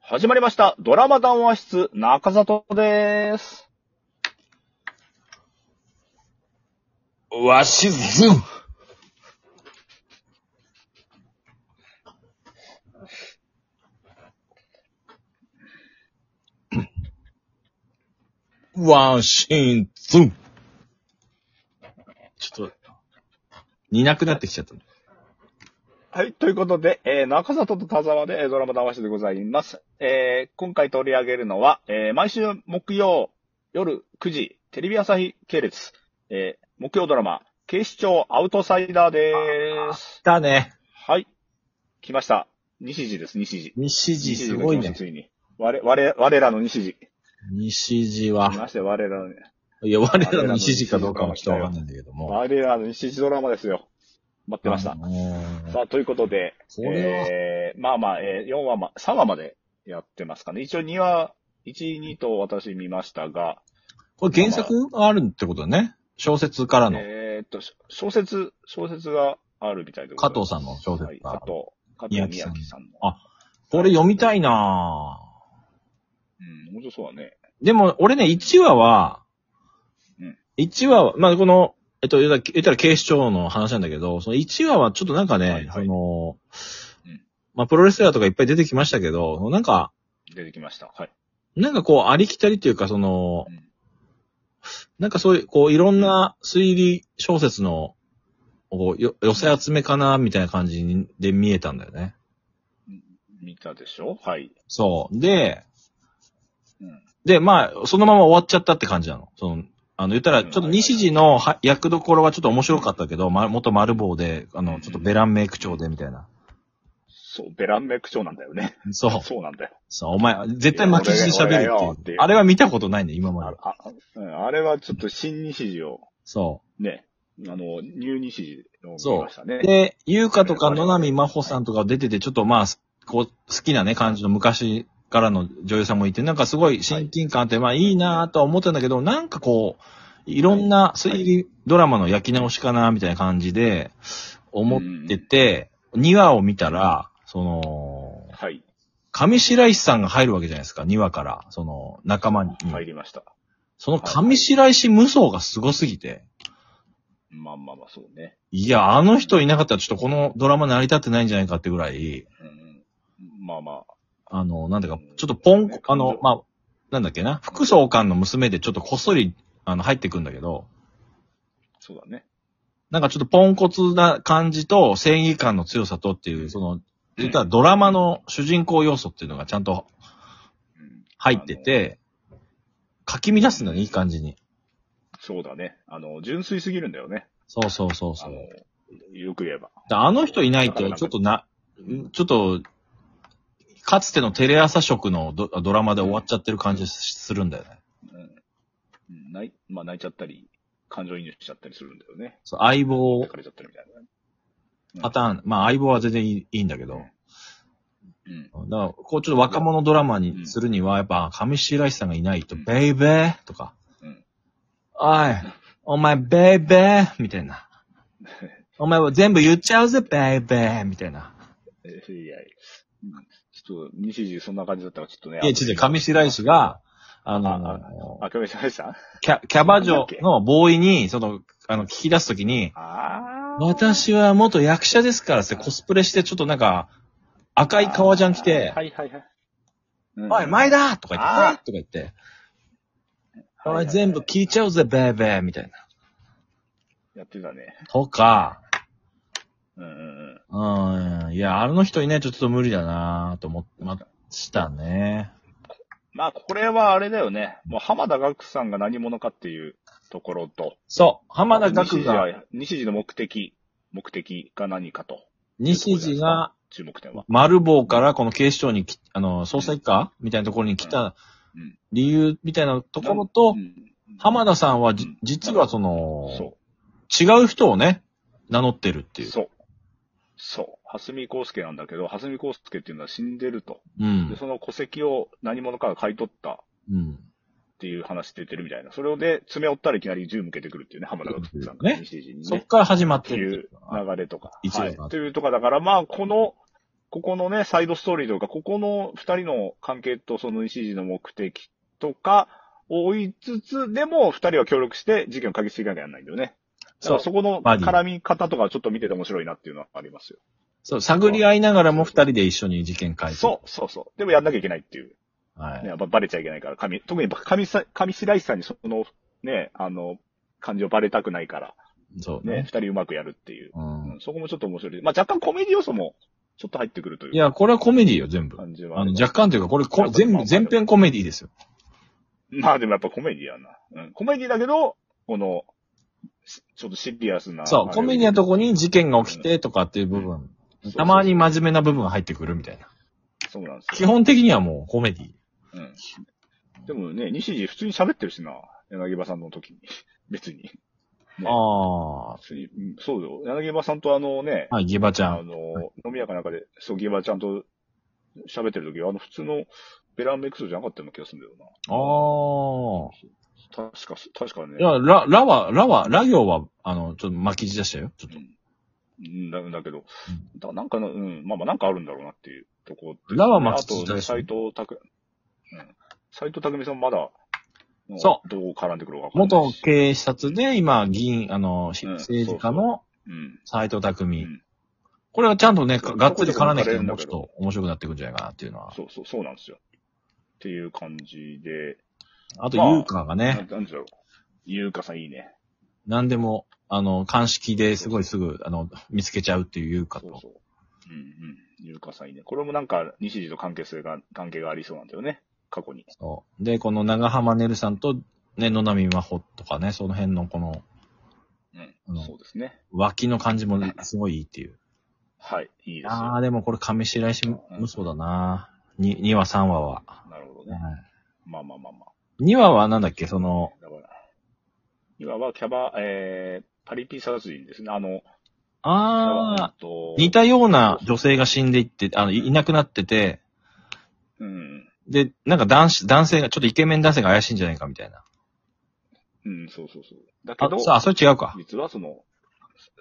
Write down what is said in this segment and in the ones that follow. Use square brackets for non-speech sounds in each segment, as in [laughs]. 始まりました。ドラマ談話室、中里です。わしずん。わしんずん。ちょっと、似なくなってきちゃった。はい。ということで、えー中里と田沢でえードラマ談話室でございます。えー今回取り上げるのは、えー毎週木曜夜9時、テレビ朝日系列、えー木曜ドラマ、警視庁アウトサイダーです。だね。はい。来ました。西時です、西時。西西地時すごいが来まねした。ついに。我、我、我らの西時。西地来は、まして、我らの、いや、我らの西地かどうかは人はわかんないんだけども。我らの西時ドラマですよ。待ってましたあ。のーさあ、ということで、これは、えーまあまあ、えー4話ま、3話までやってますかね。一応2話、1、2と私見ましたが、これ原作あるってことだね。小説からの。えーっと、し小説、小説があるみたいでござい加ます藤さんの小説はい、が。加藤、加藤宮城さんの。あこれ読みたいなぁうん、本当そうだね。でも、俺ね、1話はうん、 1話は、まあ、この、えっと、言ったら言ったら警視庁の話なんだけど、その1話はちょっとなんかね、はいはいそのうん、まあ、プロレスラーとかいっぱい出てきましたけど、なんか、出てきました。はい。なんかこう、ありきたりというか、そのうん、なんかそういう、こう、いろんな推理小説の、こうよ寄せ集めかな、みたいな感じにで見えたんだよね。見たでしょはい。そう。で、うんで、まあ、そのまま終わっちゃったって感じなの。その、あの、言ったら、ちょっと西地のは役どころはちょっと面白かったけど、ま、元丸坊で、あうんの、ちょっとベランメイク長で、みたいな。そう、ベランメイク長なんだよね。そう。 [laughs] そうなんだよ。そう、お前、絶対巻き舌で喋いや俺がよるっってていいうう。あれは見たことないね、今まあで。あうんあれはちょっと新西時を、そね、あの、ニュー西時をそう見ましたねう。。 [laughs] で、優香とか野波真帆さんとか出てて、ちょっとまあ、すこう、好きなね、感じの昔からの女優さんもいて、なんかすごい親近感あって、まあいいなぁとは思ってたんだけど、なんかこう、いろんな推理ドラマの焼き直しかなみたいな感じで、思ってて、2話を見たら、その、はい。上白石さんが入るわけじゃないですか、2話から、その、仲間に。入りました。その上白石無双がすごすぎて、まあまあまあ、そうね。いや、あの人いなかったらちょっとこのドラマ成り立ってないんじゃないかってぐらい、うんうん、まあまあの、なんだか、ちょっとポンね、あの、まあ、なんだっけな、副総監の娘でちょっとこっそり、あの、入ってくんだけど、あ、そうだね。なんかちょっとポンコツな感じと正義感の強さとっていう、その、実はドラマの主人公要素っていうのがちゃんとうん、入ってて、かき乱すんだね、いい感じに。そうだね。あの、純粋すぎるんだよね。そうそうそうそあう。ので、よく言えば。あの人いないと、ちょっとな、ちょっと、かつてのテレ朝色のドドラマで終わっちゃってる感じするんだよね。うん、泣い、まあ泣いちゃったり、感情移入しちゃったりするんだよね。そう相棒疲れちゃってるみたいなね。パターン、まあ相棒は全然いいいいんだけど、うん。だから、こうちょっと若者ドラマにするには、やっぱ上白石さんがいないと、うんベイベーとか、うんおい、お前ベイベーみたい [laughs] な。お前は全部言っちゃうぜ、ベイベーみたいな。えいやいや、うんちょっと、西時そんな感じだったらちょっとね。いや、ちょっと上白石が、ああの、あ、ごめんなさいでした。キャキャバ嬢のボーイに、その、あの、聞き出すときに、ああ。私は元役者ですからってコスプレして、ちょっとなんか、赤い革ジャン着て、はいはいはい。うんおい、前だとか言って、あーおいとか言って、はいおはい前全部聞いちゃうぜ、ベーベーみたいな。やってたね。とか、うんうんうん、いや、あの人いないとちょっと無理だなと思ってましたね。まあ、これはあれだよね。もう、浜田岳さんが何者かっていうところと、そう、浜田岳西が、地は西時の目的、目的が何かと、西地が、注目点は。丸坊からこの警視庁にき、あの、捜査一課みたいなところに来たうん理由みたいなところとう、ん浜田さんはじうん実はその、そ違う人をね、名乗ってるってう。いう。そう。そう。蓮見光介なんだけど、蓮見光介っていうのは死んでると。うで、ん。その戸籍を何者かが買い取ったっうん。ていう話出てるみたいな。それをで、詰め寄ったらいきなり銃向けてくるっていうね、浜田岳さんがね西時にそねっ。から始まっってているう。流れとか。一は部いがあ。っというとか、だからまあ、このここのね、サイドストーリーというか、ここの二人の関係とその西時の目的とか、を追いつつ、でも二人は協力して事件を解決していかなきゃならないんだよね。だからそこのバディ絡み方とかちょっと見てて面白いなっていうのはありますよ。そう、探り合いながらも二人で一緒に事件解決。そう、そうそう。でもやんなきゃいけないっていう。う。はね、い。やっぱバレちゃいけないから、神、特に神さ、神白石さんにその、ね、あの、感情バレたくないから、そうね、二ね。人うまくやるっていう。う。うんん、そこもちょっと面白い。まあ若干コメディ要素もちょっと入ってくるといういや、これはコメディよ、全部。感じはああるの、若干というか、これこ、全部、全編コメディですよ。まあでもやっぱコメディやな。うん。コメディだけど、この、しちょっとシリアスな。そう、コメディのとこに事件が起きうんてとかっていう部分。そうたまに真面目な部分が入ってくるみたいな。そうなんです基よ。本的にはもうコメディ。うん。でもね、西地普通に喋ってるしな。柳葉さんの時に。 [laughs] 別に。ねあ普通に、うんそうよ。柳葉さんとあのねあ。、はい、ギバちゃあん。の、飲み屋かなんかで、そう、ギバちゃんと喋ってる時は、あの、普通のベランメックスじゃなかったような気がするんだよな。ああ。確か、確かね。いや、ら、らは、らは、ら行は、あの、ちょっと巻き散らしたよ。ちょっと。うん、だだけど、だなんかの、うん、まあまあなんかあるんだろうなっていうところ。ラはまああと普通だね、し斎藤拓、うん。斎藤拓さんまだ、。そうどう絡んでくるかわかんない元し警察で、今、議員、あの、しうん政治家のうん。斎藤う匠ん。これはちゃんとね、そうががっつり絡んできそて、こもそうちこょっと面白くなってくるんじゃないかなっていうのは。そうそう、そうなんですよ。っていう感じで、あと、まあ優香がなね、なんだろう。ゆうかさんいいね。何でも、あの、鑑識ですごいすぐ、あの、見つけちゃうっていう優香そうと。そう。うんうん。ゆうかさんいいね。これもなんか、西地と関係性が、関係がありそうなんだよね。過去に。そうで、この長浜ねるさんと、ね、野波真帆とかね、その辺のこの、う。うんんそうですね。脇の感じもすごいいいっていう。はい。いいですあよ。あ、でもこれ上白石無双だな。に2話、3話は。なるほどはね。まあまあまあまあ。い2話はなんだっけ、その、だから、いわばキャバ、えー、パリピ殺人ですね。あの、あえあ、っと似たような女性が死んでいって、あの、いいなくなってて、うん。で、なんか男子、男性が、ちょっとイケメン男性が怪しいんじゃないかみたいな。うん、そうそうそう。だけあど、、そうあそれ違うか。実はその、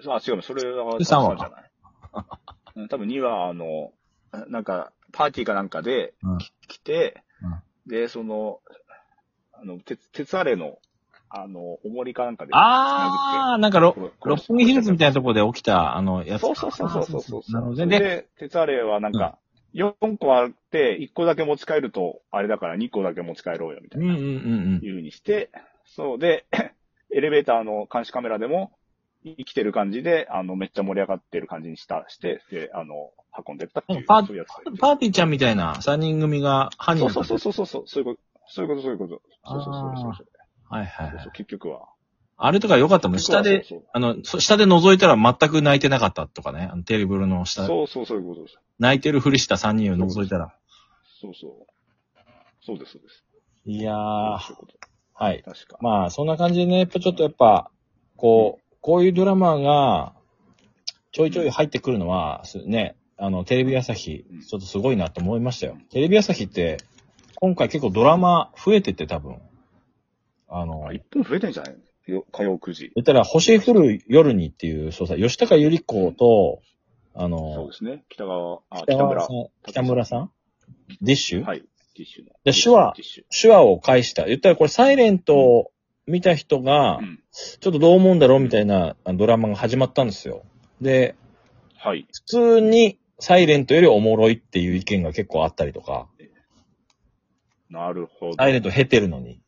あ、違う、それは、で三話じゃない。うん多分2は、あの、なんか、パーティーかなんかでうんき来て、で、その、あの、鉄、鉄アレの、あの、重りかなんかで。ああ、なんかろ、これこれ六本木ヒルズみたいなところで起きた、あの、やつ。そうそうそうそうそうそうなるほどそね。れで、で、鉄アレイはなんか、4個あって、1個だけ持ち帰ると、あれだから2個だけ持ち帰ろうよ、みたういんな、うんういんうふうにして、そうで、エレベーターの監視カメラでも、生きてる感じで、あの、めっちゃ盛り上がってる感じにした、して、で、あの、運んでったっていう。パーそういうやつうん。パーティーちゃんみたいな三人組が犯人そだうそうったんだそうそうそう、そういうこと、そういうこと、そういうこと。そうそうそうそうそう。はいはいそうはそ。いう結局は。あれとか良かったもん。下で、そうあの、そ下で覗いたら全く泣いてなかったとかね。あのテーブルの下、そうそう、そうそういうことです。泣いてるふりした3人を覗いたら。そうそう。そうです、そうです。いやー、そういうことはい。確か。まあ、そんな感じでね、やっぱちょっとやっぱ、こう、こういうドラマが、ちょいちょい入ってくるのは、すね、あの、テレビ朝日うん、ちょっとすごいなと思いましたよ。テレビ朝日って、今回結構ドラマ増えてて多分、あのあ、、一本増えてんじゃないのよ火曜9時。言ったら、星降る夜にっていう、そうさ、吉高由里子と、あそうので、すね。北川、あ、北北村村さ。ん、北村さんディッシュ、はい。ティッシュの。で手話ティッシュ。手話を介した。言ったらこれ、サイレントを見た人が、うん。ちょっとどう思うんだろうみたいなあのドラマが始まったんですよ。で、はい。普通に、サイレントよりおもろいっていう意見が結構あったりとか、なるほど。サイレント減ってるのに。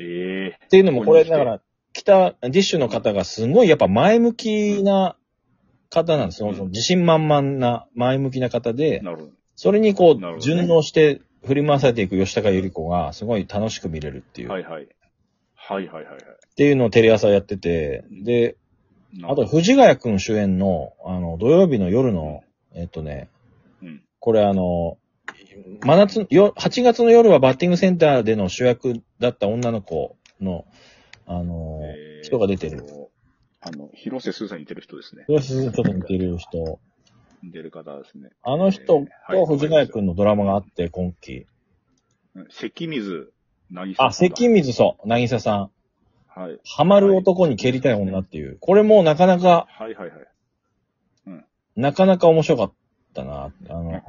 ええっていうのも、これ、ここに来だてから、北、ディッシュの方がすごいやっぱ前向きな方なんですよ。うんその自信満々な前向きな方で、なるほど。それにこなるほどう、ね順応して振り回されていく吉高由里子がすごい楽しく見れるっていう、はっいはい。はいはいはいはい。ていうのをテレ朝やってて、で、なあるほとど。藤ヶ谷くん主演の、あの、土曜日の夜の、えっとね、うん。これあの、真夏、よ、8月の夜はバッティングセンターでの主役だった女の子の、あの、えー人が出てる。。あの、広瀬すずさんに似てる人ですね。それはちょっと似てる人。似てる方ですね。あの人と藤ヶ谷くん。んのドラマがあって、今期。うん関水渚さんだ。あ、関水そう、なぎささん。はい。ハマる男に蹴りたい女っていう。これもなかなか、はいはいはい。なかなか面白かっったな。あの、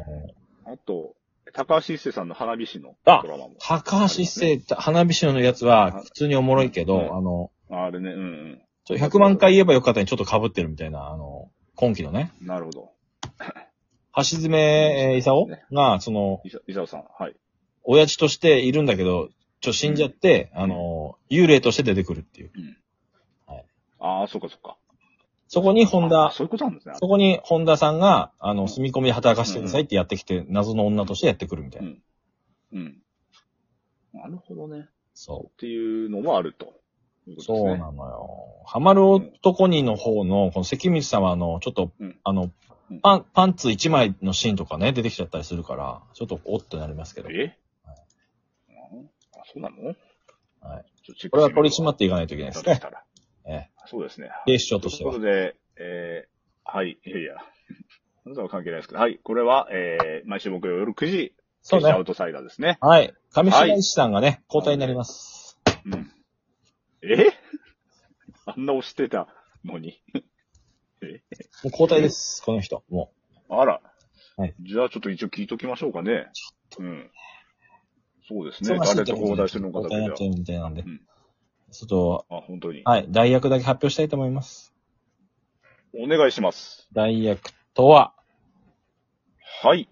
あと、高橋一生さんの花火師のドあラマも。高橋一生、花火師のやつは、普通におもろいけど、うんあの、あれね、うんちょ100万回言えばよかったにちょっと被ってるみたいな、あの、今期のね、うん。なるほど。橋爪、えー、功ねが、その、伊沢さん、はい。親父としているんだけど、ちょ、死んじゃって、あの、幽霊として出てくるっていう。ああ、そっかそっか。そこに本あ田、そういうことなんですね。そこに本田さんが、あうの、ん住み込みで働かせてくださいってやってきて、謎の女としてやってくるみたいな。うん。なるほどね。っそていうのもあると。いうう。ことそですうね。なのよ。ハマる男にの方の、この関水さんは、あの、ちょっとうん、あのうん、パン、パンツ1枚のシーンとかね、出てきちゃったりするから、ちょっとおってなりますけど。えうんあ、そうなのちょっはい。とチェッこクれしてみるはわ取り締まっていかないといけないですね。だとしたらえそうですね。え。警視庁とといしうてこはと。で、えー、はい、いやいや。あなたは関係ないですけど、はい、これは、えー、毎週木曜夜9時、そう決してアね。ウトサイダーですね。はい。上白石さんがね、交代になります。うん。え [laughs] あんな押してたのに。もう交代です、この人。もあら。はいじゃあちょっと一応聞いときましょうかね。うん。そうですう。ね。忙しい誰ってと交ことで代してるのかだ交け代にじなゃっ。ちゃうみたいうなんで。んちょっと、あ、本当に。はい。代役だけ発表したいと思います。お願いします。代役とは、はい。